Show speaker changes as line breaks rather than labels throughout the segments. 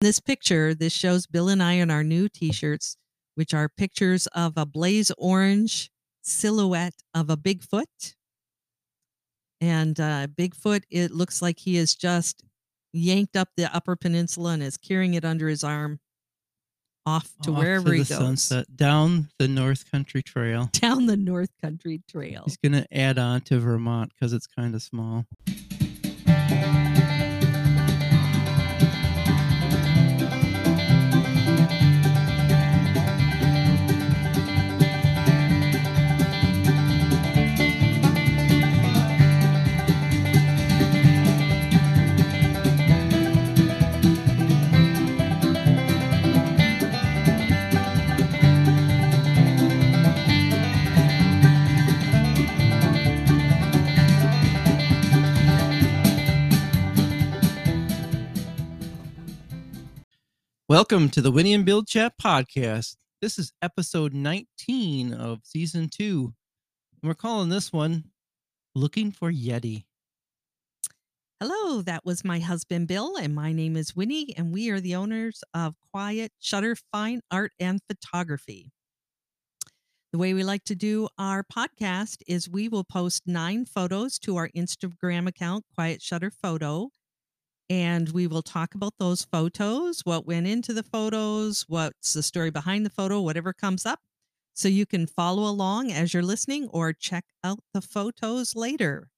This picture, this shows Bill and I in our new t-shirts, which are pictures of a blaze orange silhouette of a Bigfoot. And uh, Bigfoot, it looks like he is just yanked up the Upper Peninsula and is carrying it under his arm off to
Off
wherever
the
he goes
sunset, down the North Country Trail.
down the North Country Trail.
He's going to add on to Vermont because it's kind of small. Welcome to the Winnie and Bill Chat Podcast. This is episode 19 of season two. And we're calling this one Looking for Yeti.
Hello, that was my husband Bill, and my name is Winnie, and we are the owners of Quiet Shutter Fine Art and Photography. The way we like to do our podcast is we will post nine photos to our Instagram account, Quiet Shutter Photo, and we will talk about those photos, what went into the photos, what's the story behind the photo, whatever comes up. So you can follow along as you're listening or check out the photos later.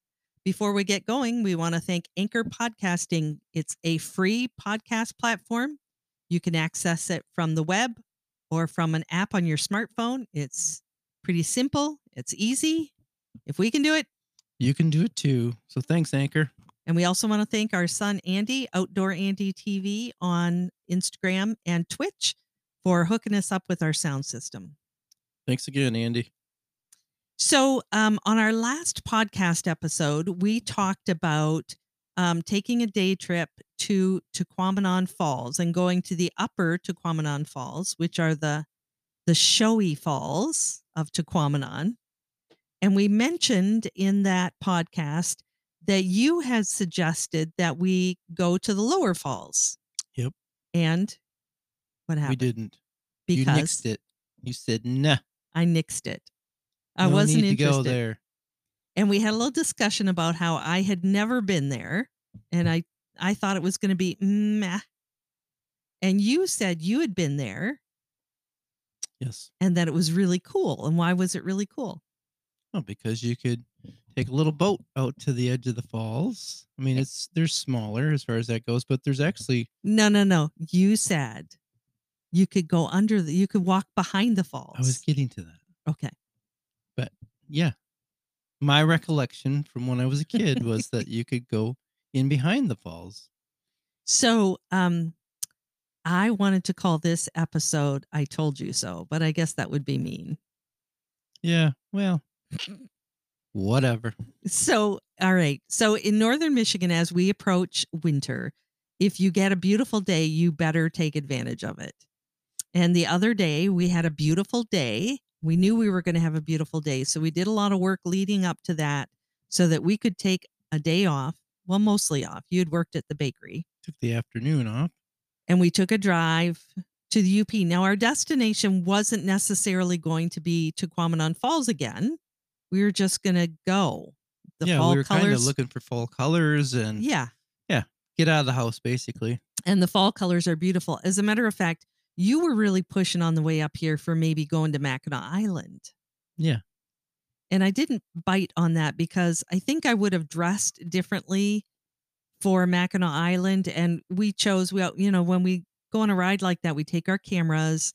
Before we get going, we want to thank Anchor Podcasting. It's a free podcast platform. You can access it from the web or from an app on your smartphone. It's pretty simple, it's easy. If we can do it,
You can do it too. So thanks, Anchor.
and we also want to thank our son Andy, Outdoor Andy TV on Instagram and Twitch for hooking us up with our sound system.
Thanks again, Andy.
So, um, on our last podcast episode, we talked about um, taking a day trip to Tequamanon Falls and going to the upper Tequamanon Falls, which are the the showy falls of Tequamanon. And we mentioned in that podcast that you had suggested that we go to the lower falls.
Yep.
And what
We
happened?
didn't.
Because
you nixed it. You said, nah.
I nixed it. I
no
wasn't
need to
interested.
go there.
and we had a little discussion about how I had never been there, and I I thought it was going to be meh. And you said you had been there
Yes.
and that it was really cool. And why was it really cool?
Oh, because you could take a little boat out to the edge of the falls. I mean, it's they're smaller as far as that goes, but there's actually
No, no, no. You said you could go under the, you could walk behind the falls.
I was getting to that.
okay.
Yeah. My recollection from when I was a kid was that you could go in behind the falls.
So, um, I wanted to call this episode "I Told You So," but I guess that would be mean.
Yeah. Well, whatever.
So, all right. So, in northern Michigan, as we approach winter, if you get a beautiful day, you better take advantage of it. And the other day, we had a beautiful day. We knew we were going to have a beautiful day. So, we did a lot of work leading up to that so that we could take a day off. Well, mostly off. You'd worked at the bakery
Took the afternoon off.
and we took a drive to the UP. Now, our destination wasn't necessarily going to be Tequamanon Falls again. We were just going to go. The
yeah,
fall
we were kind of
colors
looking for fall colors and
yeah.
get out of the house basically.
And the fall colors are beautiful. As a matter of fact, you were really pushing on the way up here for maybe going to Mackinac Island.
Yeah.
And I didn't bite on that because I think I would have dressed differently for Mackinac Island. And we chose, well, you know, when we go on a ride like that, we take our cameras.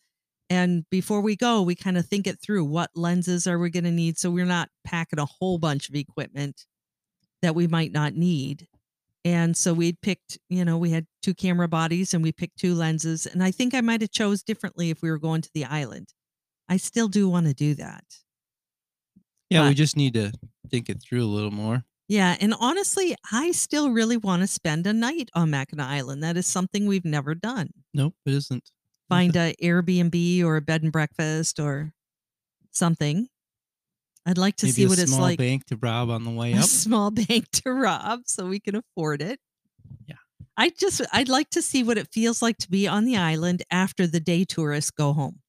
And before we go, we kind of think it through what lenses are we going to need? So we're not packing a whole bunch of equipment that we might not need. And so we'd picked, you know, we had two camera bodies and we picked two lenses. And I think I might have chose differently if we were going to the island. I still do want to do that.
Yeah, we
But-
just need to think it through a little more.
Yeah. And honestly, I still really want to spend a night on Mackinac Island. That is something we've never done.
Nope, it isn't.
Find a Airbnb or a bed and breakfast or something. I'd like to
Maybe
see
a
what
small
it's like.
bank to rob on the way
a
up.
small bank to rob so we can afford it.
Yeah.
I just I'd like to see what it feels like to be on the island after the day tourists go home.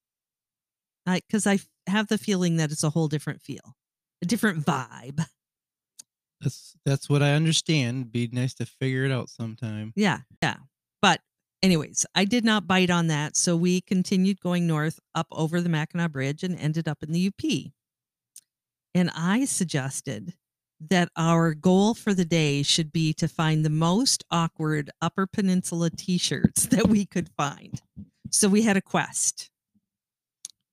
I because I f- have the feeling that it's a whole different feel, a different vibe.
That's that's what I understand. Be nice to figure it out sometime.
Yeah, yeah. But anyways, I did not bite on that, so we continued going north up over the Mackinac Bridge and ended up in the UP. And I suggested that our goal for the day should be to find the most awkward Upper Peninsula t-shirts that we could find. So we had a quest.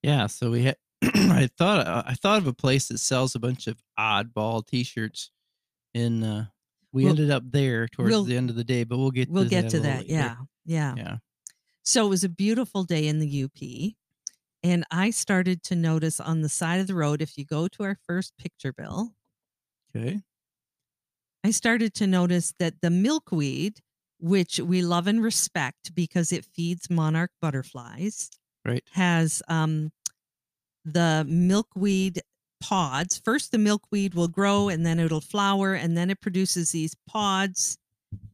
Yeah, so we had. I thought uh, I thought of a place that sells a bunch of oddball T-shirts, and uh, we
We'll-
ended up there towards
we'll-
the end of the day. But we'll get
We'll
to
get to
a little
that.
later.
Yeah. Yeah.
yeah.
So it was a beautiful day in the UP. And I started to notice on the side of the road, if you go to our first picture bill,
Okay.
I started to notice that the milkweed, which we love and respect because it feeds monarch butterflies,
Right.
has um, the milkweed pods. First, the milkweed will grow and then it'll flower and then it produces these pods.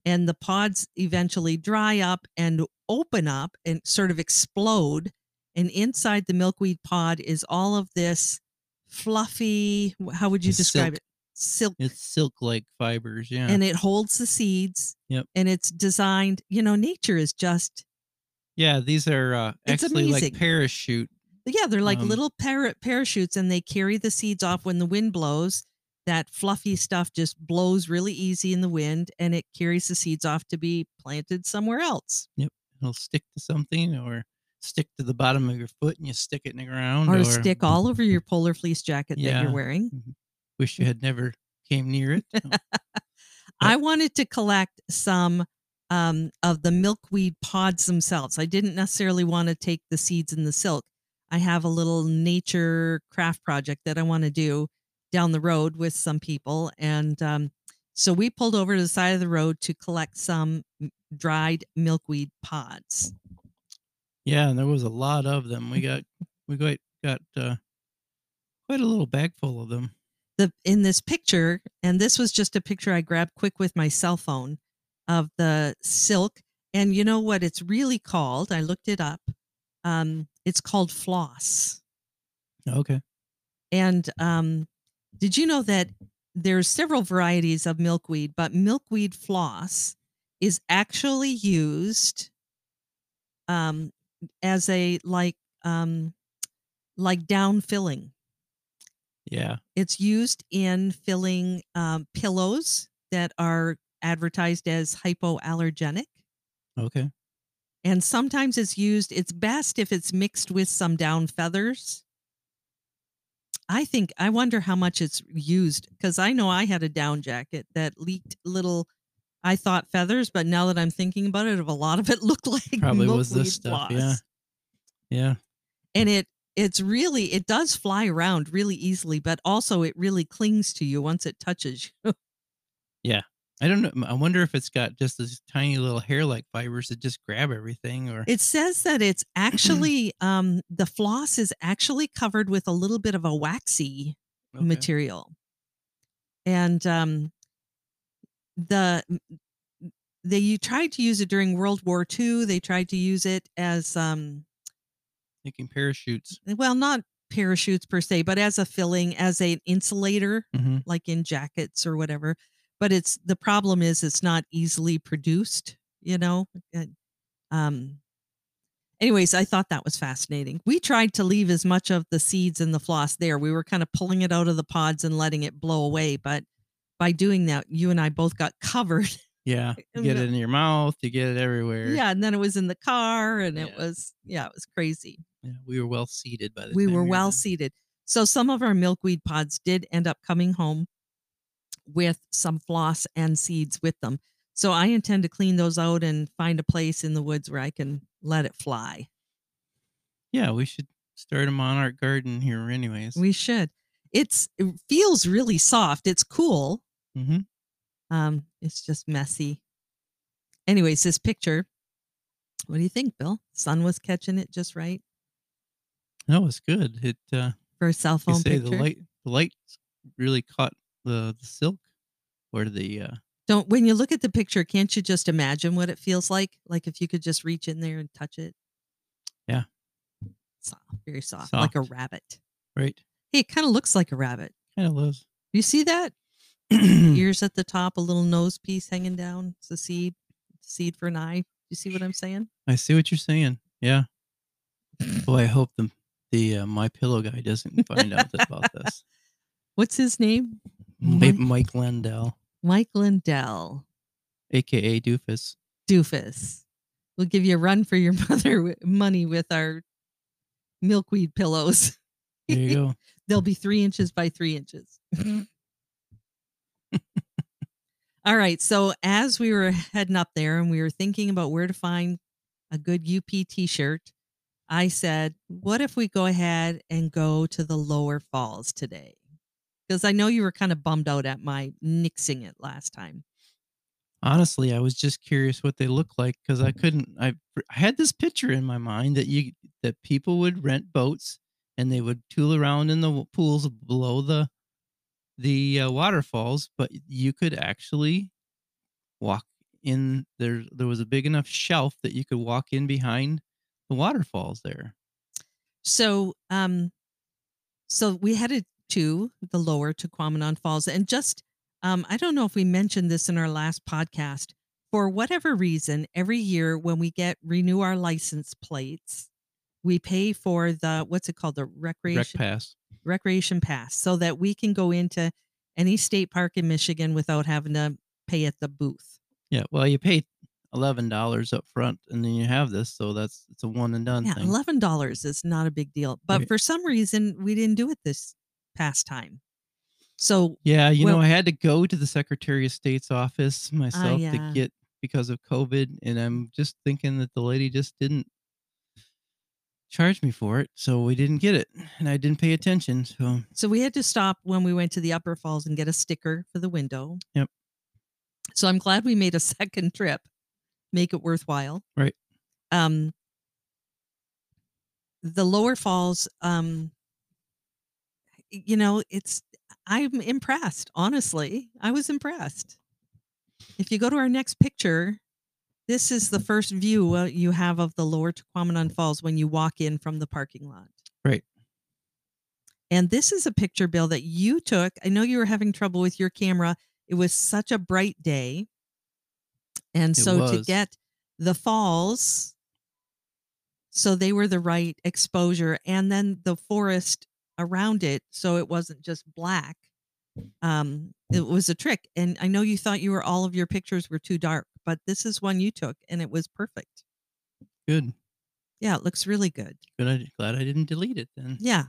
And the pods eventually dry up and open up and sort of explode. And inside the milkweed pod is all of this fluffy, wh- how would you
It's
describe
silk.
it? Silk
It's silk-like fibers. Yeah.
and it holds the seeds.
Yep.
And it's designed, you know, nature is just,
yeah. These are uh,
It's
actually like
amazing.
parachute.
yeah, they're like
Um,
little parrot parachutes and they carry the seeds off when the wind blows. That fluffy stuff just blows really easy in the wind and it carries the seeds off to be planted somewhere else.
It'll stick to something or stick to the bottom of your foot, and you stick it in the ground.
Or, stick all over your polar fleece jacket that
Yeah.
you're wearing.
Wish you had never came near it.
I wanted to collect some um, of the milkweed pods themselves. I didn't necessarily want to take the seeds and the silk. I have a little nature craft project that I want to do down the road with some people. And um, so we pulled over to the side of the road to collect some m- dried milkweed pods.
Yeah, and there was a lot of them. We got we got got uh, quite a little bag full of them.
The, in this picture, and this was just a picture I grabbed quick with my cell phone of the silk. And you know what it's really called? I looked it up. Um, it's called floss.
Okay.
And um, did you know that there's several varieties of milkweed, but milkweed floss is actually used um, as a like um, like down filling.
Yeah.
It's used in filling um, pillows that are advertised as hypoallergenic.
Okay.
And sometimes it's used, it's best if it's mixed with some down feathers. I think, I wonder how much it's used because I know I had a down jacket that leaked little, I thought feathers, but now that I'm thinking about it, a lot of it looked like
Probably was
milkweed
this stuff. Yeah.
floss.
Yeah.
And it, it's really, it does fly around really easily, but also it really clings to you once it touches you.
I don't know. I wonder if it's got just these tiny little hair-like fibers that just grab everything, or
It says that it's actually, um, the floss is actually covered with a little bit of a waxy
Okay.
material. And um, the m- they you tried to use it during World War II. They tried to use it as um,
making parachutes.
well, not parachutes per se, but as a filling, as an insulator,
hmm
like in jackets or whatever. But it's the problem is it's not easily produced. You know. and, um, anyways, I thought that was fascinating. We tried to leave as much of the seeds and the floss there. We were kind of pulling it out of the pods and letting it blow away, but by doing that, you and I both got covered.
Yeah. You
And
get
the-
it in your mouth. You get it everywhere.
um, yeah, and then it was in the car and it
Yeah.
was yeah, it was crazy.
Yeah, We were well seated by the
we
time
were
we
well
done.
seated. So some of our milkweed pods did end up coming home with some floss and seeds with them. So I intend to clean those out and find a place in the woods where I can let it fly.
Yeah. We should start a monarch garden here, anyways.
We should. It's it feels really soft. It's cool.
hmm
Um, it's just messy. Anyways, this picture. What do you think, Bill? Sun was catching it just right
That was good. It. uh
for a cell phone
you say
picture.
the light the light really caught the, the silk or the uh
Don't when you look at the picture, can't you just imagine what it feels like? Like if you could just reach in there and touch it.
Yeah.
Soft, very soft, like a
Soft.
rabbit.
Right.
Hey, it kind of looks like a rabbit.
Kind of lows.
You see that?
Hmm.
Ears at the top, a little nose piece hanging down. It's a seed, seed for an eye. You see what I'm saying?
I see what you're saying. Yeah. Boy, I hope the the uh, my pillow guy doesn't find out about this.
What's his name?
Maybe
Mike-
Mike Landell,
Mike Lindell.
aka Doofus.
doofus. We'll give you a run for your mother wi- money with our milkweed pillows.
There you go.
They'll be three inches by three inches. All right. So as we were heading up there and we were thinking about where to find a good UP t-shirt, I said, "What if we go ahead and go to the Lower Falls today?" Because I know you were kind of bummed out at my nixing it last time.
Honestly, I was just curious what they look like because I couldn't. I, I had this picture in my mind that you that people would rent boats and they would tool around in the w- pools below the the uh, waterfalls, but you could actually walk in there. There was a big enough shelf that you could walk in behind the waterfalls there.
So, um, so we headed to the lower Tequamanon Falls, and just um, I don't know if we mentioned this in our last podcast. For whatever reason, every year when we get renew our license plates, we pay for the what's it called the
Rec
recreation
pass.
recreation pass, so that we can go into any state park in Michigan without having to pay at the booth.
Yeah. Well, you pay eleven dollars up front, and then you have this, so that's it's a one and done
Yeah,
thing.
eleven dollars is not a big deal, but
Right.
for some reason we didn't do it this past time. So
Yeah, you know,
Well- Ah,
I had to go to the Secretary of State's office myself
yeah.
to get because of COVID, and I'm just thinking that the lady just didn't charge me for it, so we didn't get it, and I didn't pay attention. So
So we had to stop when we went to the Upper Falls and get a sticker for the window.
Yep.
So I'm glad we made a second trip, make it worthwhile.
Right.
Um, the Lower Falls, um, you know, it's I'm impressed. Honestly, I was impressed. If you go to our next picture, this is the first view uh, you have of the Lower Tequamanon Falls when you walk in from the parking lot. And this is a picture, Bill, that you took. I know you were having trouble with your camera. It was such a bright day. And
It
so to
was.
get the falls, so they were the right exposure, and then the forest around it, so it wasn't just black. Um, it was a trick. And I know you thought you were all of your pictures were too dark, but this is one you took and it was perfect.
good,
Yeah, it looks really good.
good. I, glad I didn't delete it then.
Yeah.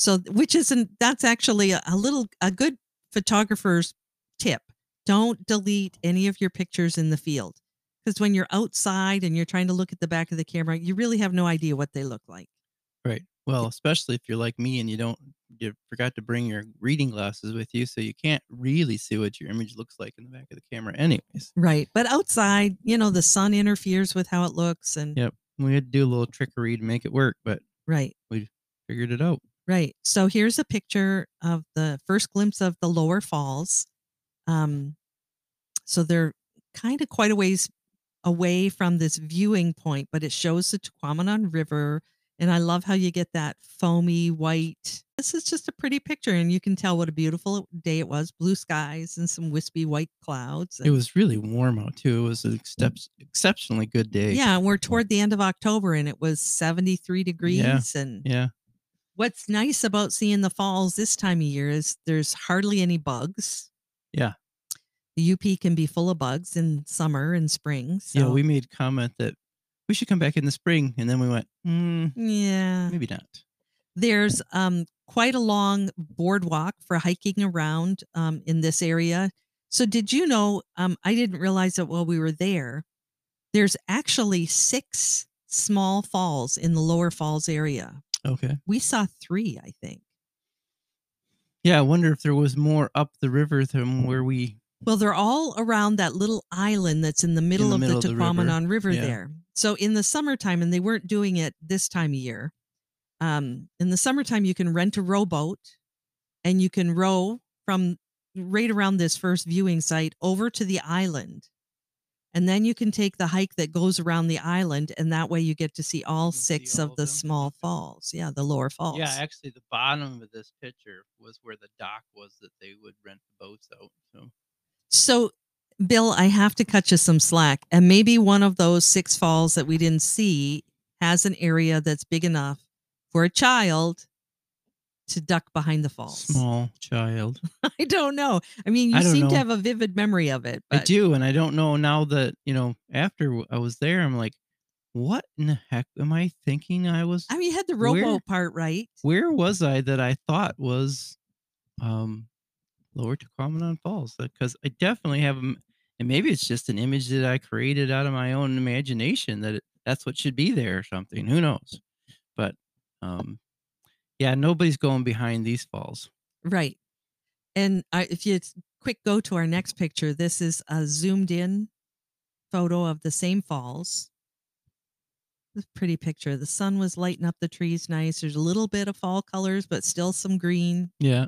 So th- which isn't that's actually a, a little a good photographer's tip. Don't delete any of your pictures in the field because when you're outside and you're trying to look at the back of the camera, you really have no idea what they look like.
Right. Well, especially if you're like me and you don't, you forgot to bring your reading glasses with you, so you can't really see what your image looks like in the back of the camera, anyways.
Right. But outside, you know, the sun interferes with how it looks and
Yep. We had to do a little trickery to make it work, but
right.
figured it out.
Right. So here's a picture of the first glimpse of the lower falls. Um, so they're kind of quite a ways away from this viewing point, but it shows the Tequamanon River. And I love how you get that foamy white. This is just a pretty picture, and you can tell what a beautiful day it was. Blue skies and some wispy white clouds.
It was really warm out too. It was an excep- exceptionally good day.
yeah, and we're toward the end of October, and it was 73 degrees. And
Yeah.
what's nice about seeing the falls this time of year is there's hardly any bugs.
Yeah.
The UP can be full of bugs in summer and spring. So
Yeah. We made comment that we should come back in the spring, and then we went, mm,
yeah.
maybe not.
There's um quite a long boardwalk for hiking around um in this area. So did you know um I didn't realize that while we were there there's actually 6 small falls in the lower falls area.
Okay.
We saw 3, I think.
Yeah. I wonder if there was more up the river than where we.
Well, they're all around that little island that's in the middle,
the
of,
middle of
the
the river.
Tequamanon River,
Yeah.
there. So in the summertime, and they weren't doing it this time of year. Um, in the summertime, you can rent a rowboat and you can row from right around this first viewing site over to the island. And then you can take the hike that goes around the island, and that way you get to see all
can see
six
all
of
of
the
them.
small falls. Yeah, the lower falls.
Yeah, actually, the bottom of this picture was where the dock was that they would rent the boats out. So
So, Bill, I have to cut you some slack. And maybe one of those six falls that we didn't see has an area that's big enough for a child to duck behind the falls.
small child,
I don't know. I mean, you
I don't
seem to
know.
have a vivid memory of it. But
I do, and I don't know now that you know. After w- I was there, I'm like, what in the heck am I thinking? I was.
I mean, you had the
Where-
rowboat part right.
where was I that I thought was um lower Taquamanon Falls? Because I definitely have, a m- and maybe it's just an image that I created out of my own imagination that it, that's what should be there or something. Who knows? But um, yeah, nobody's going behind these falls.
Right. And I, if you s- quick go to our next picture, this is a zoomed in photo of the same falls. This pretty picture. The sun was lighting up the trees nice. There's a little bit of fall colors, but still some green.
Yeah,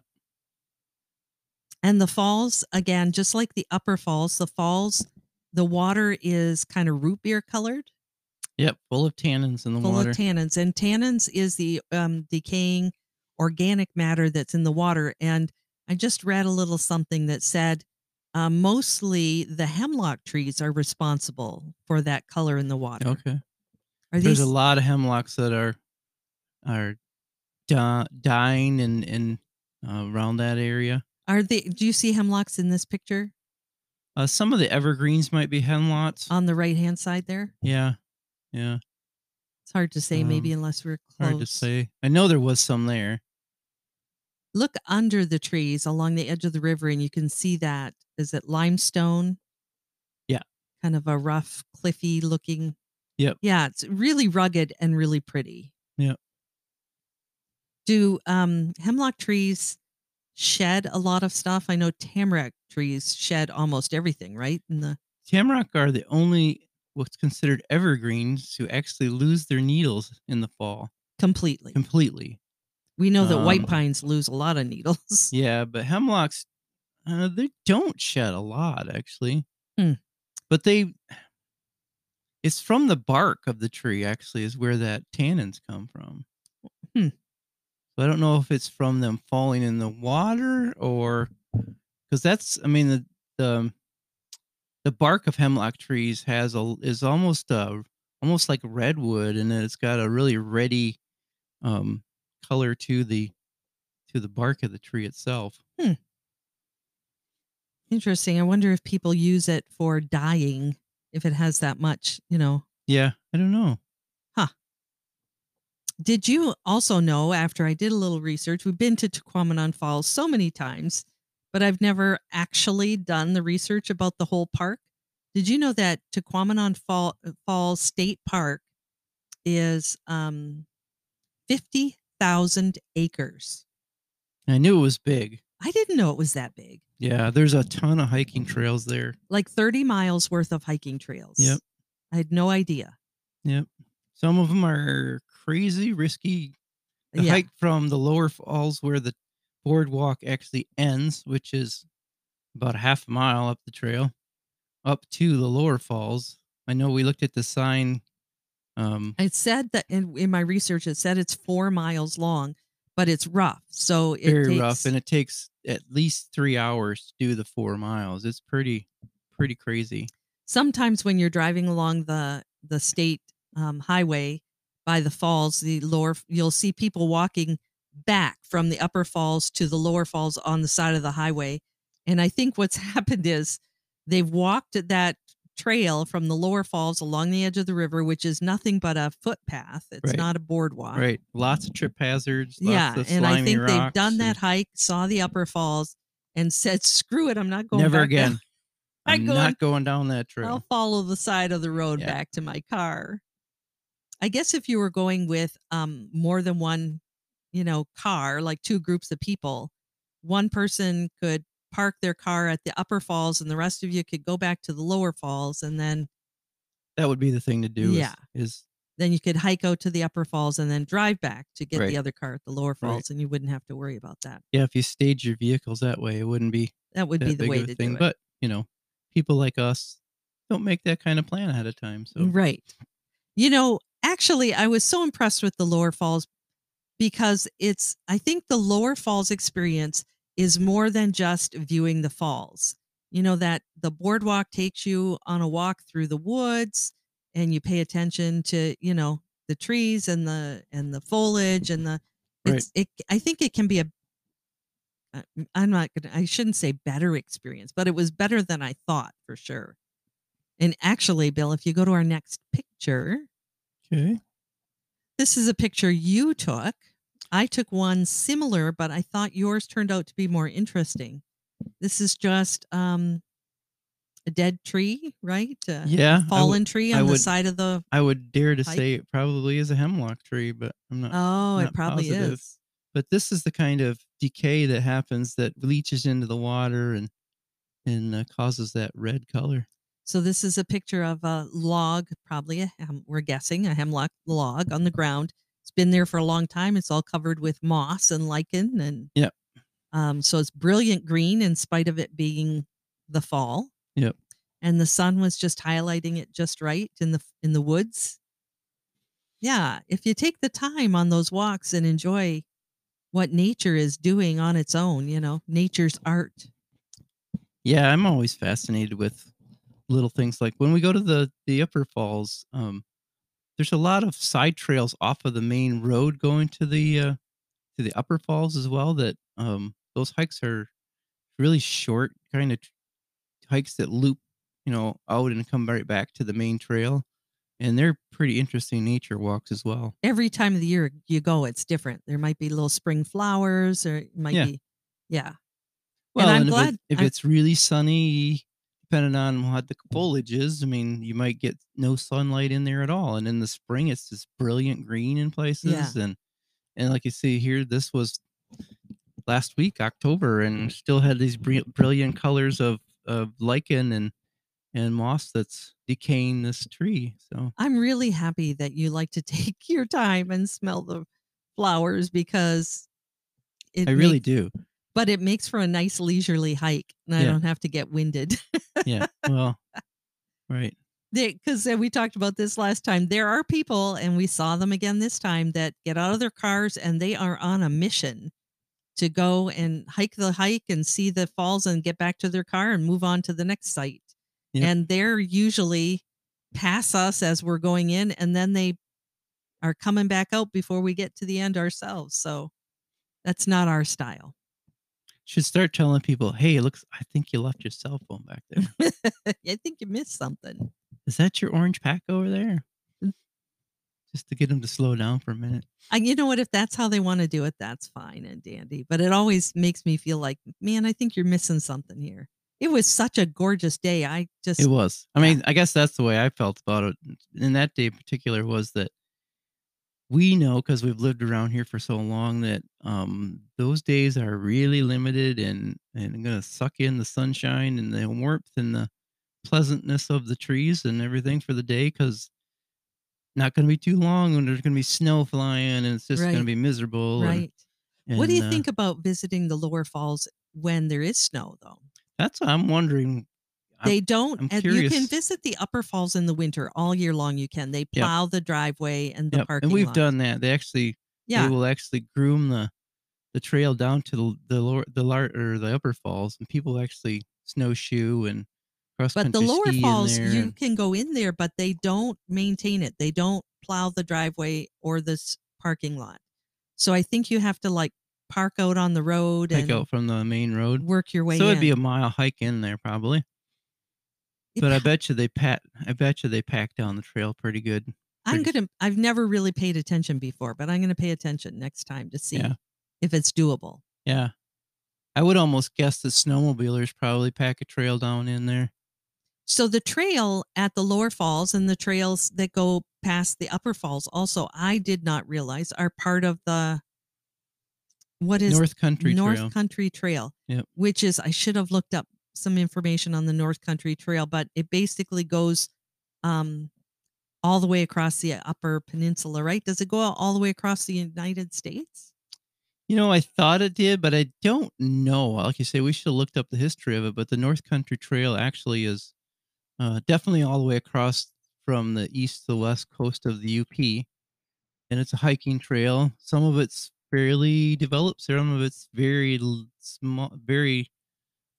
And the falls, again, just like the upper falls, the falls, the water is kind of root beer colored.
yep, full of tannins in the
full
water.
of tannins and tannins is the um, decaying organic matter that's in the water and i just read a little something that said uh, mostly the hemlock trees are responsible for that color in the water
okay,
are
there's
these
a lot of hemlocks that are are di- dying and and uh, around that area.
are they do you see hemlocks in this picture
Uh, some of the evergreens might be hemlocks.
on the right hand side there
yeah, yeah.
it's hard to say maybe
Um,
unless we're close
Hard to say. I know there was some there.
look under the trees along the edge of the river and you can see that is it limestone
Yeah.
kind of a rough cliffy looking
Yep.
yeah it's really rugged and really pretty
Yep.
do um hemlock trees shed a lot of stuff i know tamarack trees shed almost everything right in the
Tamrock are the only what's considered evergreens who actually lose their needles in the fall
completely
completely.
we know that white
Um,
pines lose a lot of needles
Yeah, but hemlocks, uh, they don't shed a lot actually.
Hmm.
But they, it's from the bark of the tree actually is where that tannins come from.
Hmm.
So I don't know if it's from them falling in the water or because that's I mean the the the bark of hemlock trees has a is almost a almost like redwood and then it's got a really reddy um color to the to the bark of the tree itself.
interesting i wonder if people use it for dyeing if it has that much you know
Yeah, I don't know.
Did you also know after I did a little research, we've been to Tequamanon Falls so many times, but I've never actually done the research about the whole park. Did you know that Tequamanon Fall, uh, Falls State Park is um, 50,000 acres?
I knew it was big.
I didn't know it was that big.
Yeah, there's a ton of hiking trails there.
Like 30 miles worth of hiking trails.
Yep.
I had no idea.
Some of them are crazy risky. The
yeah.
hike from the lower falls where the boardwalk actually ends, which is about a half a mile up the trail, up to the lower falls. I know we looked at the sign. Um,
It said that in, in my research, it said it's four miles long, but it's rough. So it
very
takes,
rough and it takes at least three hours to do the four miles. It's pretty, pretty crazy.
sometimes when you're driving along the the state um, highway by the falls, the lower, you'll see people walking back from the upper falls to the lower falls on the side of the highway. And I think what's happened is they've walked at that trail from the lower falls along the edge of the river, which is nothing but a footpath. It's
Right.
not a boardwalk.
Right. Lots of trip hazards. Lots
Yeah.
Of
And I
slimy
think they've
rocks
done
and-
that hike, saw the upper falls, and said, screw it, I'm not going
Never
back down.
again.
I
I'm
go
not going down that
I'll
trail.
follow the side of the road
Yeah.
back to my car. I guess if you were going with um, more than one, you know, car, like two groups of people, one person could park their car at the upper falls and the rest of you could go back to the lower falls and then
That would be the thing to do. is-
Yeah.
Is,
Then you could hike out to the upper falls and then drive back to get
Right.
the other car at the lower
Right.
falls, and you wouldn't have to worry about that.
Yeah, if you stage your vehicles that way, it wouldn't be
That would
that
be the
big
way
of
to
a thing.
do it.
But you know, people like us don't make that kind of plan ahead of time. So
Right. You know, actually, I was so impressed with the Lower Falls because it's, I think the Lower Falls experience is more than just viewing the falls. You know, that the boardwalk takes you on a walk through the woods and you pay attention to, you know, the trees and the and the foliage and the
Right.
it's it I think it can be a I- I'm not gonna I shouldn't say better experience, but it was better than I thought for sure. And actually, Bill, if you go to our next picture,
okay,
this is a picture you took. I took one similar, but I thought yours turned out to be more interesting. This is just um, a dead tree, right? A
yeah, I would-
uh, fallen tree
I
on the
would-
side of the.
I would dare to
Hike.
say it probably is a hemlock tree, but I'm not.
Oh, it
uh, not
probably
positive.
is.
But this is the kind of decay that happens that leaches into the water and and uh, causes that red color.
So this is a picture of a log, probably a hem, we're guessing a hemlock log on the ground. It's been there for a long time. It's all covered with moss and lichen, and
Yep.
Um, so it's brilliant green in spite of it being the fall.
Yep.
And the sun was just highlighting it just right in the in the woods. Yeah, if you take the time on those walks and enjoy what nature is doing on its own, you know, nature's art.
Yeah, I'm always fascinated with little things like when we go to the the upper falls. Um, there's a lot of side trails off of the main road going to the uh, to the upper falls as well. That um, those hikes are really short, kind of hikes that loop, you know, out and come right back to the main trail, and they're pretty interesting nature walks as well.
every time of the year you go, it's different. There might be little spring flowers, or it might
Yeah.
be, yeah,
Well,
I'm
and, if,
glad-
it, if
I'm-
it's really sunny, depending on what the foliage is, I mean, you might get no sunlight in there at all. And in the spring, it's this brilliant green in places. And and like you see here, this was last week, October, and still had these bri- brilliant colors of of lichen and and moss that's decaying this tree. So
I'm really happy that you like to take your time and smell the flowers because it
I really
makes-
do.
But it makes for a nice leisurely hike, and I
Yeah.
don't have to get winded.
Yeah. Well, right.
because uh, we talked about this last time there are people and we saw them again this time that get out of their cars and they are on a mission to go and hike the hike and see the falls and get back to their car and move on to the next site
Yep.
and they're usually pass us as we're going in and then they are coming back out before we get to the end ourselves so that's not our style
Should start telling people, hey, it looks I think you left your cell phone back there.
i think you missed something
Is that your orange pack over there? Just to get them to slow down for a minute.
And you know what? If that's how they want to do it, that's fine and dandy. But it always makes me feel like, man, I think you're missing something here. It was such a gorgeous day. I just,
It was. I
Yeah.
mean, I guess that's the way I felt about it. And that day in particular was that we know because we've lived around here for so long that um, those days are really limited and and going to suck in the sunshine and the warmth and the pleasantness of the trees and everything for the day because not going to be too long and there's going to be snow flying and it's just going
Right.
to be miserable. and-
right. what do you
and, uh,
think about visiting the lower falls when there is snow, though?
That's what I'm wondering. I'm-
they don't,
I'm
and you can
curious.
visit the upper falls in the winter all year long. You can. They
Yep.
plow the driveway and the
Yep,
parking
And we've
lot.
done that. They actually
yeah.
they will actually groom the the trail down to the the lower the lar- or the upper falls and people actually snowshoe and cross
But the
country
lower
ski in
falls,
there
you
and-
can go in there, but they don't maintain it. They don't plow the driveway or this parking lot. So I think you have to like park out on the road
hike
and
out from the main road.
work your way.
So
in.
it'd be a mile hike in there probably.
It
But I
pa-
bet you they pat I bet you they pack down the trail pretty good.
I'm
pretty-
gonna. I've never really paid attention before, but I'm gonna pay attention next time to see
Yeah.
if it's doable.
Yeah. I would almost guess that snowmobilers probably pack a trail down in there.
So the trail at the lower falls and the trails that go past the upper falls also, I did not realize are part of the. What is
North Country
North
Trail.
Country Trail,
Yep.
which is I should have looked up some information on the North Country Trail, but it basically goes um, all the way across the upper peninsula, right? Does it go out all the way across the United States?
You know, I thought it did, but I don't know. Like you say, we should have looked up the history of it, but the North Country Trail actually is uh, definitely all the way across from the east to the west coast of the UP. And it's a hiking trail. Some of it's fairly developed, some of it's very l- small, very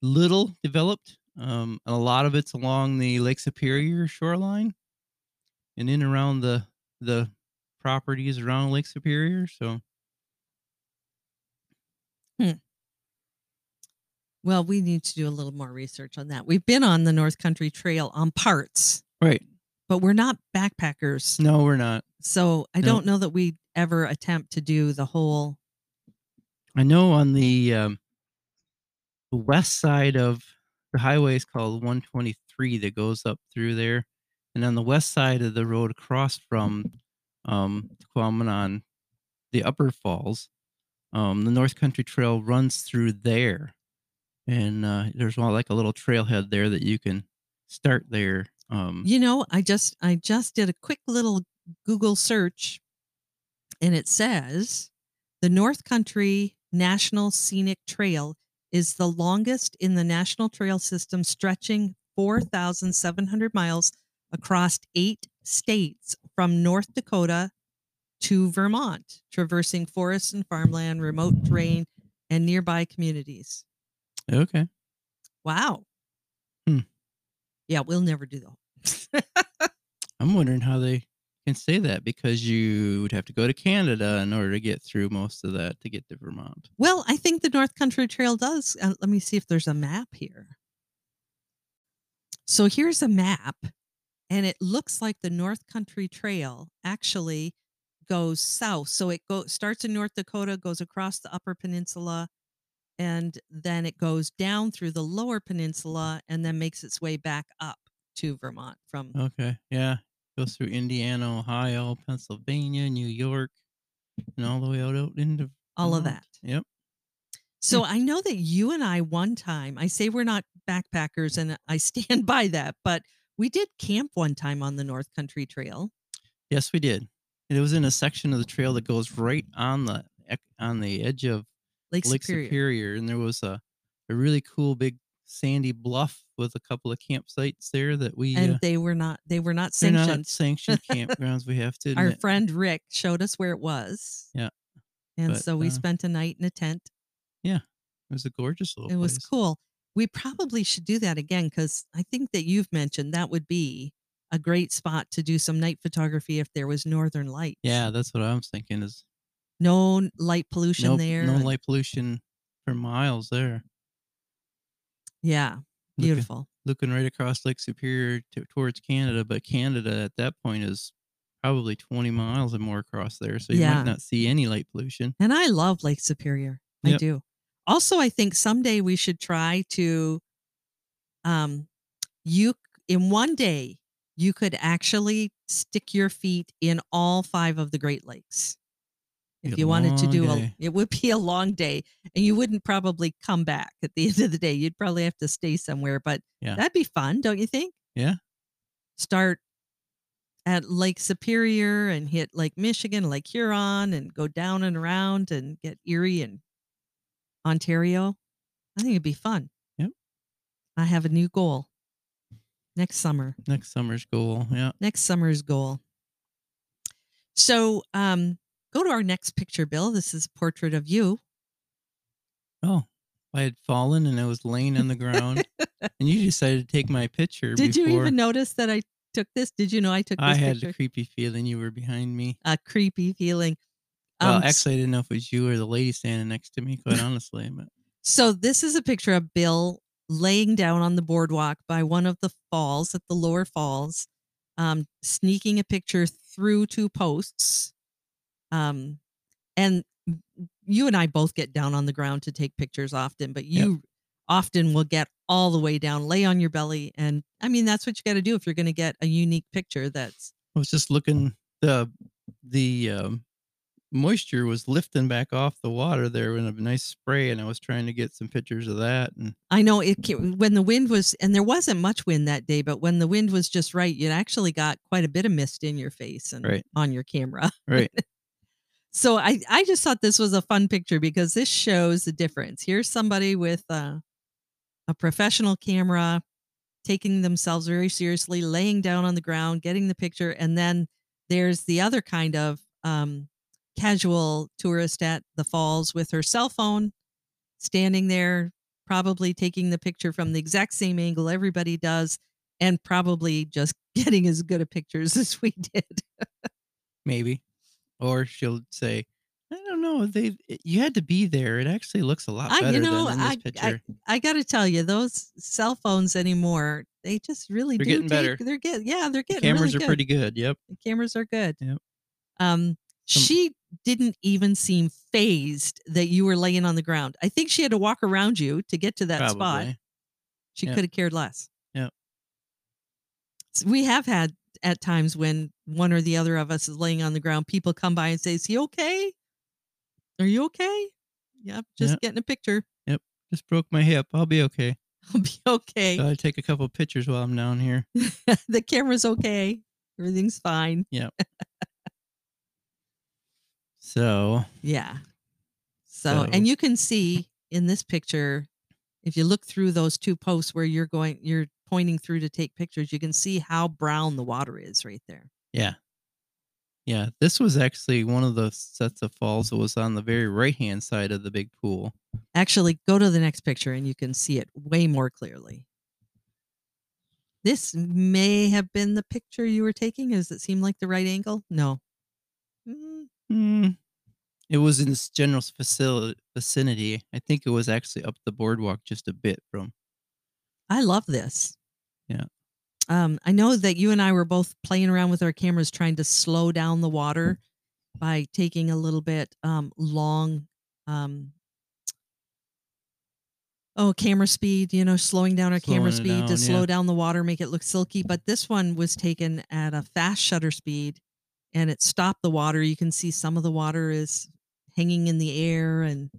little developed. Um, and a lot of it's along the Lake Superior shoreline and in around the the properties around Lake Superior. So
Well, we need to do a little more research on that. We've been on the North Country Trail on parts,
right.
but we're not backpackers.
No, we're not.
So I
No.
don't know that we ever attempt to do the whole.
I know on the um, the west side of the highway is called 123 that goes up through there, and on the west side of the road across from um, Tequamanon, the Upper Falls, um, the North Country Trail runs through there, and uh, there's one like a little trailhead there that you can start there. Um,
You know, I just I just did a quick little Google search and it says the North Country National Scenic Trail is the longest in the national trail system stretching 4,700 miles across 8 states from North Dakota to Vermont, traversing forests and farmland, remote terrain and nearby communities.
Okay,
Wow.
Hmm.
Yeah, we'll never do that.
I'm wondering how they can say that because you would have to go to Canada in order to get through most of that to get to Vermont.
well, I think the North Country Trail does. Uh, let me see if there's a map here. So here's a map, and it looks like the North Country Trail actually goes south. So it go, starts in North Dakota, goes across the Upper Peninsula, and then it goes down through the Lower Peninsula and then makes its way back up to Vermont from
Okay. Yeah. Goes through Indiana, Ohio, Pennsylvania, New York, and all the way out, out into
all of
Vermont.
that.
Yep. Mm.
So I know that you and I one time, I say we're not backpackers and I stand by that, but we did camp one time on the North Country Trail.
Yes, we did. And it was in a section of the trail that goes right on the ec- on the edge of
Lake,
Lake
Superior.
Superior, and there was a, a really cool big sandy bluff with a couple of campsites there that we
And
uh,
they were not they were not
they're
sanctioned.
not sanctioned campgrounds. We have to
Our
admit.
friend Rick showed us where it was.
Yeah.
And
But,
so we
uh,
spent a night in a tent.
It was a gorgeous little.
It was
place.
cool. We probably should do that again because I think that you've mentioned that would be a great spot to do some night photography if there was northern lights.
Yeah, that's what I was thinking. Is
No n- light pollution
no
there.
no
and-
light pollution for miles there.
Yeah.
Looking-
Beautiful.
looking right across Lake Superior to, towards Canada, but Canada at that point is probably 20 miles and more across there, so you
Yeah.
might not see any light pollution.
And I love Lake Superior. I
Yep.
do. Also, I think someday we should try to um you c- in one day you could actually stick your feet in all five of the Great Lakes. If
Be a
you wanted to
long
do
day.
a it would be a long day and you wouldn't probably come back at the end of the day. You'd probably have to stay somewhere, but
Yeah.
that'd be fun, don't you think?
Yeah.
Start at Lake Superior and hit Lake Michigan, Lake Huron, and go down and around and get Erie and Ontario. I think it'd be fun.
Yep.
I have a new goal next summer.
Next summer's goal, yeah.
Next summer's goal. So, um, go to our next picture, Bill. This is a portrait of you.
Oh, I had fallen and I was laying on the ground, and you decided to take my picture.
Did you
before
even notice that I took this? Did you know I took this
I had
picture?
a creepy feeling you were behind me.
a creepy feeling.
Well,
Um,
actually, I didn't know if it was you or the lady standing next to me, quite honestly. But
So this is a picture of Bill laying down on the boardwalk by one of the falls at the lower falls, um, sneaking a picture through two posts. Um, and you and I both get down on the ground to take pictures often, but
Yep.
you often will get all the way down, lay on your belly. And I mean, that's what you got to do if you're going to get a unique picture that's
I was just looking the the um, moisture was lifting back off the water there in a nice spray, and I was trying to get some pictures of that. And
I know it ca- when the wind was, and there wasn't much wind that day, but when the wind was just right, you actually got quite a bit of mist in your face and
Right.
on your camera.
right,
So I, I just thought this was a fun picture because this shows the difference. Here's somebody with a, a professional camera taking themselves very seriously, laying down on the ground, getting the picture. And then there's the other kind of um, casual tourist at the falls with her cell phone standing there, probably taking the picture from the exact same angle everybody does, and probably just getting as good a pictures as we did.
maybe, or she'll say, "I don't know. They it- you had to be there. It actually looks a lot
I- you
better
know,
than in
I-
this
I-
picture."
I got to tell you, those cell phones anymore, they just really
They're
do
getting better.
take- They're getting, yeah, they're getting
Cameras
really
are
good.
pretty good. Yep.
The cameras are good.
Yep.
Um,
Some-
she didn't even seem phased that you were laying on the ground. I think she had to walk around you to get to that spot.
probably.
She
Yep.
could have cared less.
Yep.
S- We have had at times when one or the other of us is laying on the ground, people come by and say, Is he okay? Are you okay? Yep. Just
Yep.
getting a picture.
Just broke my hip. I'll be okay.
I'll be okay.
Gotta take a couple pictures while I'm down here.
Mm. the camera's okay. Everything's fine.
So
Yeah. So,
So-
and you can see in this picture, if you look through those two posts where you're going, you're pointing through to take pictures, you can see how brown the water is right there.
Yeah. Yeah. This was actually one of the sets of falls that was on the very right hand side of the big pool.
Actually, go to the next picture and you can see it way more clearly. This may have been the picture you were taking. Does it seem like the right angle? No. Mm,
Mm. It was in this general facility, vicinity. I think it was actually up the boardwalk just a bit from.
I love this.
Yeah.
Um, I know that you and I were both playing around with our cameras trying to slow down the water by taking a little bit um, long um, oh camera speed, you know, slowing down our camera
Slowing it
speed to
down,
slow
yeah.
down the water, make it look silky. But this one was taken at a fast shutter speed and it stopped the water. You can see some of the water is hanging in the air and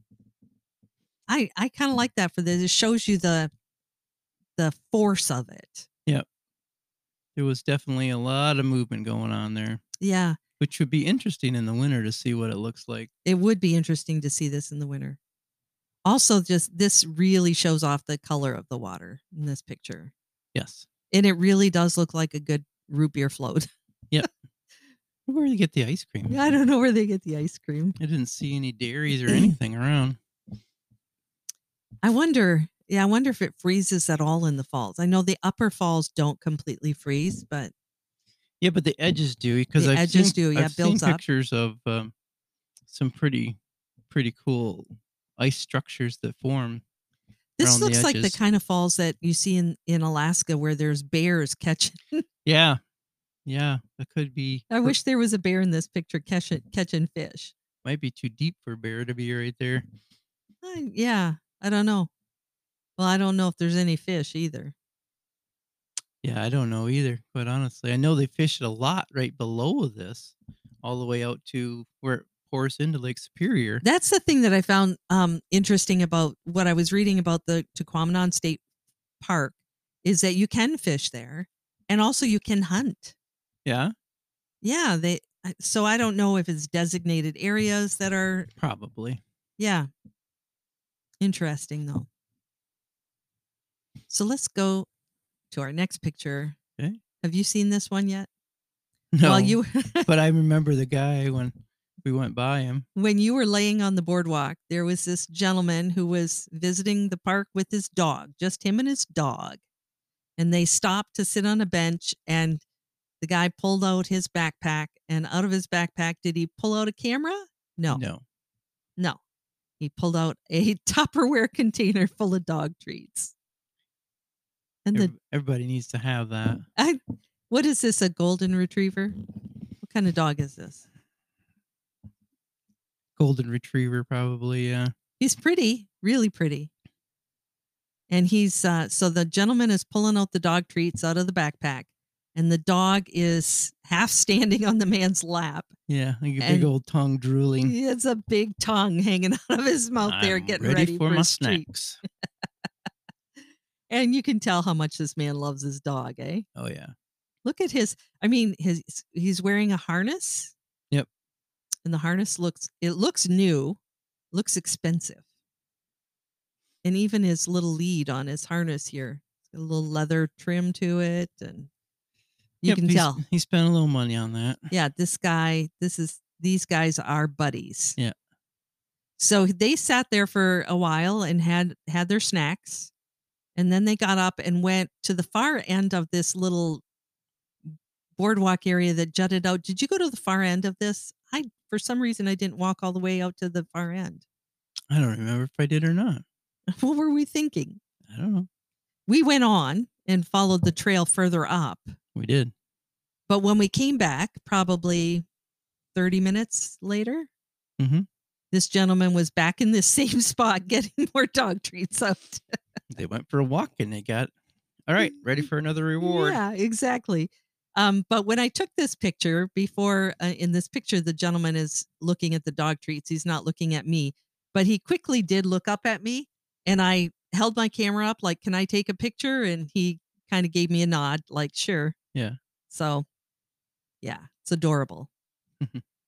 I I kind of like that for this. It shows you the the force of it.
There was definitely a lot of movement going on there,
Yeah,
which would be interesting in the winter to see what it looks like.
it would be interesting to see this in the winter. Also, just this really shows off the color of the water in this picture,
Yes.
and it really does look like a good root beer float.
Where do you get the ice cream?
I don't know where they get the ice cream.
I didn't see any dairies or anything around.
I wonder. Yeah, I wonder if it freezes at all in the falls. I know the upper falls don't completely freeze, but
Yeah, but the edges do because
The
I've
edges
seen,
do, yeah,
I've
it builds
seen
up.
pictures of um, some pretty, pretty cool ice structures that form.
this
Around the
looks like the
edges.
kind of falls that you see in in Alaska where there's bears catching.
Yeah, yeah, that could be.
I
or
wish there was a bear in this picture catching catching fish.
might be too deep for a bear to be right there.
Uh, yeah, I don't know. Well, I don't know if there's any fish either.
Yeah, I don't know either. Quite honestly, I know they fish it a lot right below this, all the way out to where it pours into Lake Superior.
That's the thing that I found um, interesting about what I was reading about the Tequamanon State Park is that you can fish there, and also you can hunt.
yeah,
Yeah, they. I- So I don't know if it's designated areas that are.
probably.
Yeah. Interesting though. So let's go to our next picture.
Okay.
Have you seen this one yet?
No,
Well, you
but I remember the guy when we went by him.
when you were laying on the boardwalk, there was this gentleman who was visiting the park with his dog, just him and his dog. And they stopped to sit on a bench and the guy pulled out his backpack and out of his backpack did he pull out a camera? No.
no,
No. He pulled out a Tupperware container full of dog treats. And the
Every- everybody needs to have that.
I, what is this? A golden retriever? What kind of dog is this?
golden retriever probably yeah
He's pretty, really pretty. And he's uh, so the gentleman is pulling out the dog treats out of the backpack, and the dog is half standing on the man's lap.
Yeah, like a big
And-
old tongue drooling.
It's a big tongue hanging out of his mouth there,
Mm. I'm
getting ready,
for,
a
my
treat.
snacks.
And you can tell how much this man loves his dog, eh?
Oh yeah,
Look at his. I mean, his he's wearing a harness.
Yep.
And the harness looks it looks new, looks expensive. And even his little lead on his harness here, it's got a little leather trim to it, and you
Yep,
can
he's-
tell.
he spent a little money on that.
yeah, this guy, this is these guys are buddies.
Yeah.
So they sat there for a while and had had their snacks, and then they got up and went to the far end of this little boardwalk area that jutted out. Did you go to the far end of this? I for some reason I didn't walk all the way out to the far end.
I don't remember if I did or not.
what were we thinking?
I don't know.
We went on and followed the trail further up,
We did.
But when we came back, probably 30 minutes later,
Mhm.
this gentleman was back in this same spot getting more dog treats out.
They went for a walk and they got. All right, ready for another reward.
Yeah, exactly. Um, but when I took this picture before, uh, in this picture, the gentleman is looking at the dog treats. He's not looking at me, but he quickly did look up at me and I held my camera up, like, can I take a picture? And he kind of gave me a nod, like, sure.
Yeah.
So, yeah, it's adorable.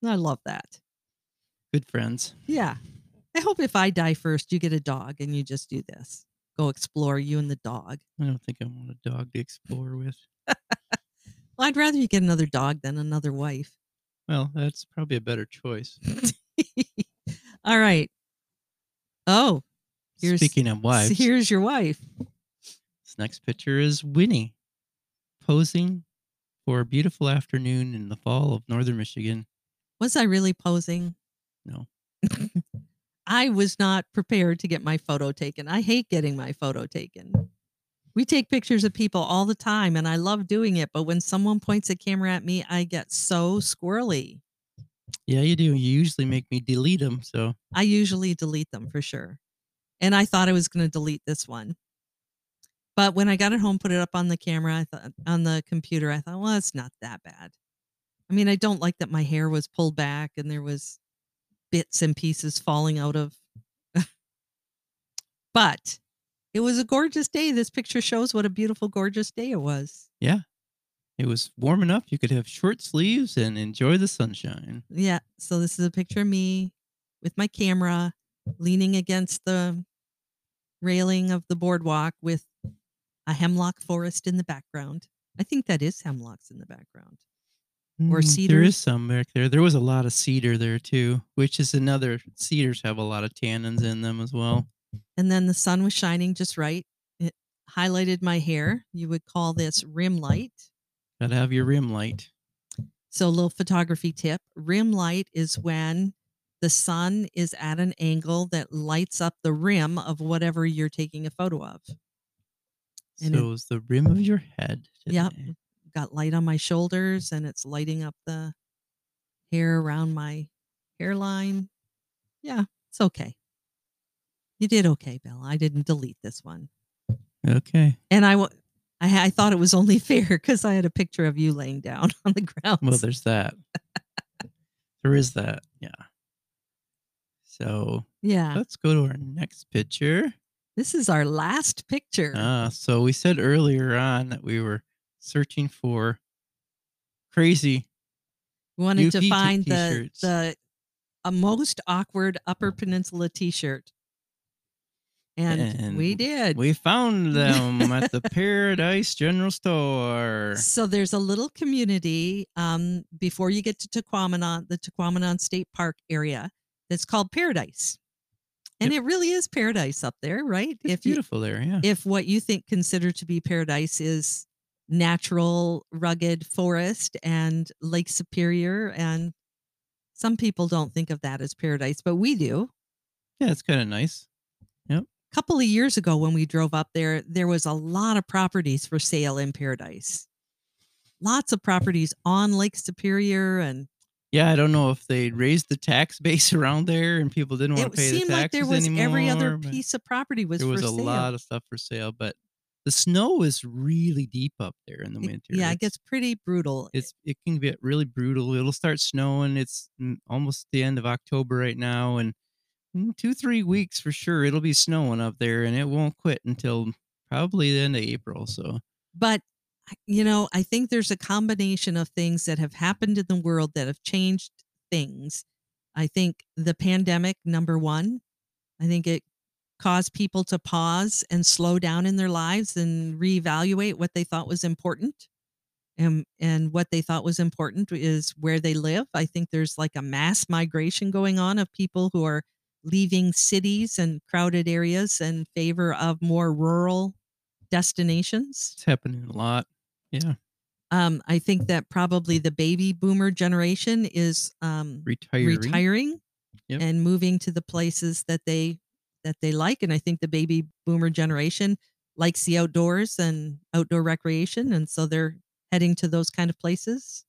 I love that.
Good friends.
Yeah. I hope if I die first, you get a dog and you just do this. Go explore you and the dog.
I don't think I want a dog to explore with.
Well, I'd rather you get another dog than another wife.
Well, that's probably a better choice.
All right. Oh, Here's-
Speaking of
so
wives,
here's your wife.
this next picture is Winnie posing for a beautiful afternoon in the fall of northern Michigan.
Was I really posing?
No.
I was not prepared to get my photo taken. I hate getting my photo taken. We take pictures of people all the time and I love doing it, but when someone points a camera at me, I get so squirrely.
Yeah, you do. You usually make me delete them. So
I usually delete them for sure. And I thought I was going to delete this one. But when I got it home, put it up on the camera, I thought on the computer, I thought, well, it's not that bad. I mean, I don't like that my hair was pulled back and there was bits and pieces falling out of. but it was a gorgeous day. This picture shows what a beautiful, gorgeous day it was.
it was warm enough. You could have short sleeves and enjoy the sunshine.
Yeah. So this is a picture of me with my camera leaning against the railing of the boardwalk with a hemlock forest in the background. I think that is hemlocks in the background. Or
Mm, There
cedar.
is some back there. There was a lot of cedar there too, which is another. Cedars have a lot of tannins in them as well.
And then the sun was shining just right. It highlighted my hair. You would call this rim light.
Got to have your rim light.
So, a little photography tip rim light is when the sun is at an angle that lights up the rim of whatever you're taking a photo of. And it-
so is the rim of your head.
Yep.
today.
got light on my shoulders and it's lighting up the hair around my hairline. Yeah, it's okay. You did okay, Bill. I didn't delete this one.
Okay.
And I, wa- I, ha- I thought it was only fair because I had a picture of you laying down on the ground.
Well, there's that. there is that. Yeah. So
yeah,
let's go to our next picture.
this is our last picture.
Ah, so we said earlier on that we were searching for crazy.
we wanted to
UP t-
find the,
t-shirts.
the a most awkward Upper Peninsula t shirt. And, we
And
did.
We found them at the Paradise General Store.
So there's a little community um, before you get to Tequamanon, the Tequamanon State Park area that's called Paradise. And it really is paradise up there, right?
It's
if you,
beautiful there, yeah.
if what you think consider to be paradise is natural rugged forest and Lake Superior and some people don't think of that as paradise, but we do.
yeah, it's kind of nice.
A couple of years ago when we drove up there, there was a lot of properties for sale in Paradise. Lots of properties on Lake Superior and
Yeah, I don't know if they raised the tax base around there and people didn't want
it
to pay the
seemed
taxes
like there was every other
anymore, but
piece of property was
there was
for
a
sale.
lot of stuff for sale, but The snow is really deep up there in the
It-
winter.
Yeah, it
It's-
gets pretty brutal.
it's it can get really brutal. It'll start snowing. It's mm, almost the end of October right now, and mm, two three weeks for sure it'll be snowing up there, and it won't quit until probably the end of April. So
but I- you know, I think there's a combination of things that have happened in the world that have changed things. I think the pandemic number 1. I think it caused people to pause and slow down in their lives and reevaluate what they thought was important. And and what they thought was important is where they live. I think there's like a mass migration going on of people who are leaving cities and crowded areas in favor of more rural destinations.
it's happening a lot. Yeah,
Um, I think that probably the baby boomer generation is um,
retiring.
retiring,
Yep.
and moving to the places that they that they like. And I think the baby boomer generation likes the outdoors and outdoor recreation, and so they're heading to those kind of places.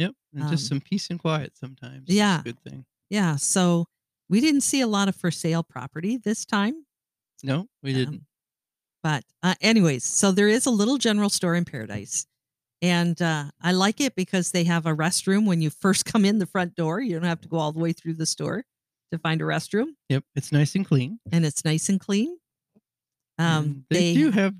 Yep, and just
um,
some peace and quiet sometimes. is
yeah.
a good thing.
Yeah. So we didn't see a lot of for sale property this time.
No, we didn't.
Um, but uh, anyways, so there is a little general store in Paradise, and uh, I like it because they have a restroom when you first come in the front door. You don't have to go all the way through the store to find a restroom,
yep, it's nice and clean.
and it's nice and clean. Um,
and Mm, they, do have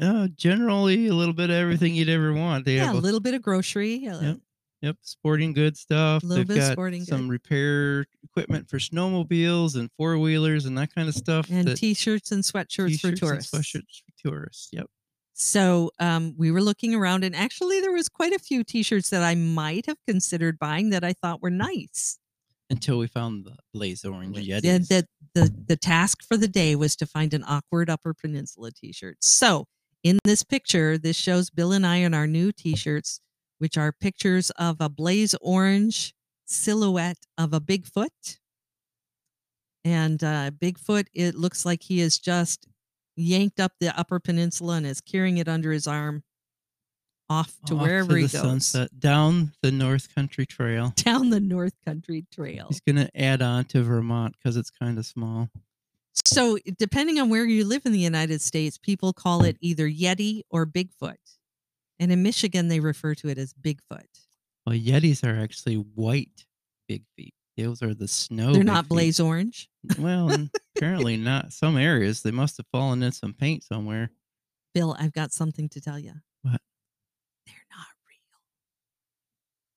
uh, generally a little bit of everything you'd ever want. They
yeah,
have
a
a
little bit of grocery. uh,
Yep. Yep, sporting goods stuff.
Little
They've
bit of
got
sporting good.
some repair equipment for snowmobiles and four wheelers and that kind of stuff.
And
that
t-shirts and sweatshirts for
t-shirts and
tourists.
sweatshirts for tourists. Yep.
So um, we were looking around, and actually, there was quite a few T-shirts that I might have considered buying that I thought were nice.
Until we found the blaze orange yetis.
Yeah, the, the the task for the day was to find an awkward Upper Peninsula T-shirt. So in this picture, this shows Bill and I in our new T-shirts, which are pictures of a blaze orange silhouette of a Bigfoot, and uh, Bigfoot. It looks like he is just yanked up the Upper Peninsula and is carrying it under his arm, off to
Off
wherever
the
he goes
sunset, down the North Country Trail.
down the North Country Trail.
He's gonna add on to Vermont because it's kind of small.
So, depending on where you live in the United States, people call it either Yeti or Bigfoot. And in Michigan, they refer to it as Bigfoot.
Well, yetis are actually white big feet. Those are the snow.
They're
Oh, big
not
feet.
blaze orange.
Well, and apparently not. Some areas they must have fallen in some paint somewhere.
Bill, I've got something to tell you.
What?
They're not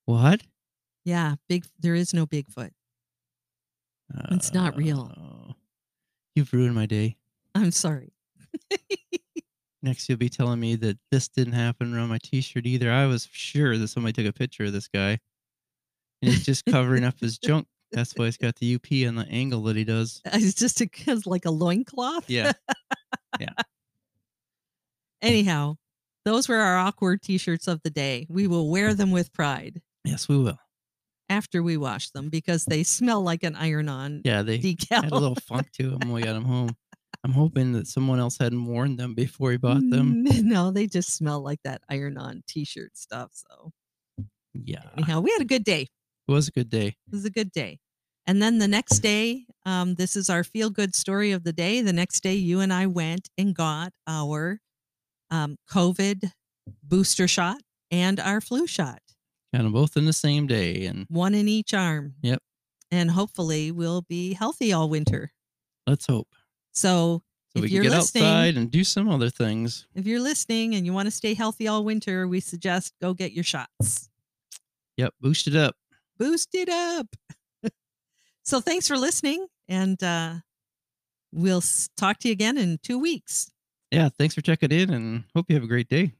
real.
What?
Yeah, big. There is no Bigfoot. It's not real.
Oh, You've ruined my day.
I'm sorry.
Next, you'll be telling me that this didn't happen around my T-shirt either. I was sure that somebody took a picture of this guy, and he's just covering up his junk. That's why he's got the UP on the angle that he does.
It's just a, it's like a loincloth.
Yeah,
Anyhow, those were our awkward t shirts of the day. We will wear them with pride
yes, we will.
after we wash them because they smell like an iron on
Yeah, they
decal.
had a little funk to him when we got him home. I'm hoping that someone else hadn't worn them before he bought
N-
them.
No, they just smell like that iron on t shirt stuff. So,
Yeah, it
anyhow, we had a good day.
was a good day.
It was a good day. And then the next day, um, this is our feel good story of the day. The next day, you and I went and got our um, COVID booster shot and our flu shot,
Got them both in the same day, and
one in each arm.
Yep.
And hopefully, we'll be healthy all winter.
let's hope
So,
so
If
we
you're
can get
listening-
outside and do some other things.
if you're listening and you want to stay healthy all winter, we suggest go get your shots.
Yep, boost it up.
boost it up. so thanks for listening, and uh, we'll s- talk to you again in two weeks.
Yeah, thanks for checking in and hope you have a great day.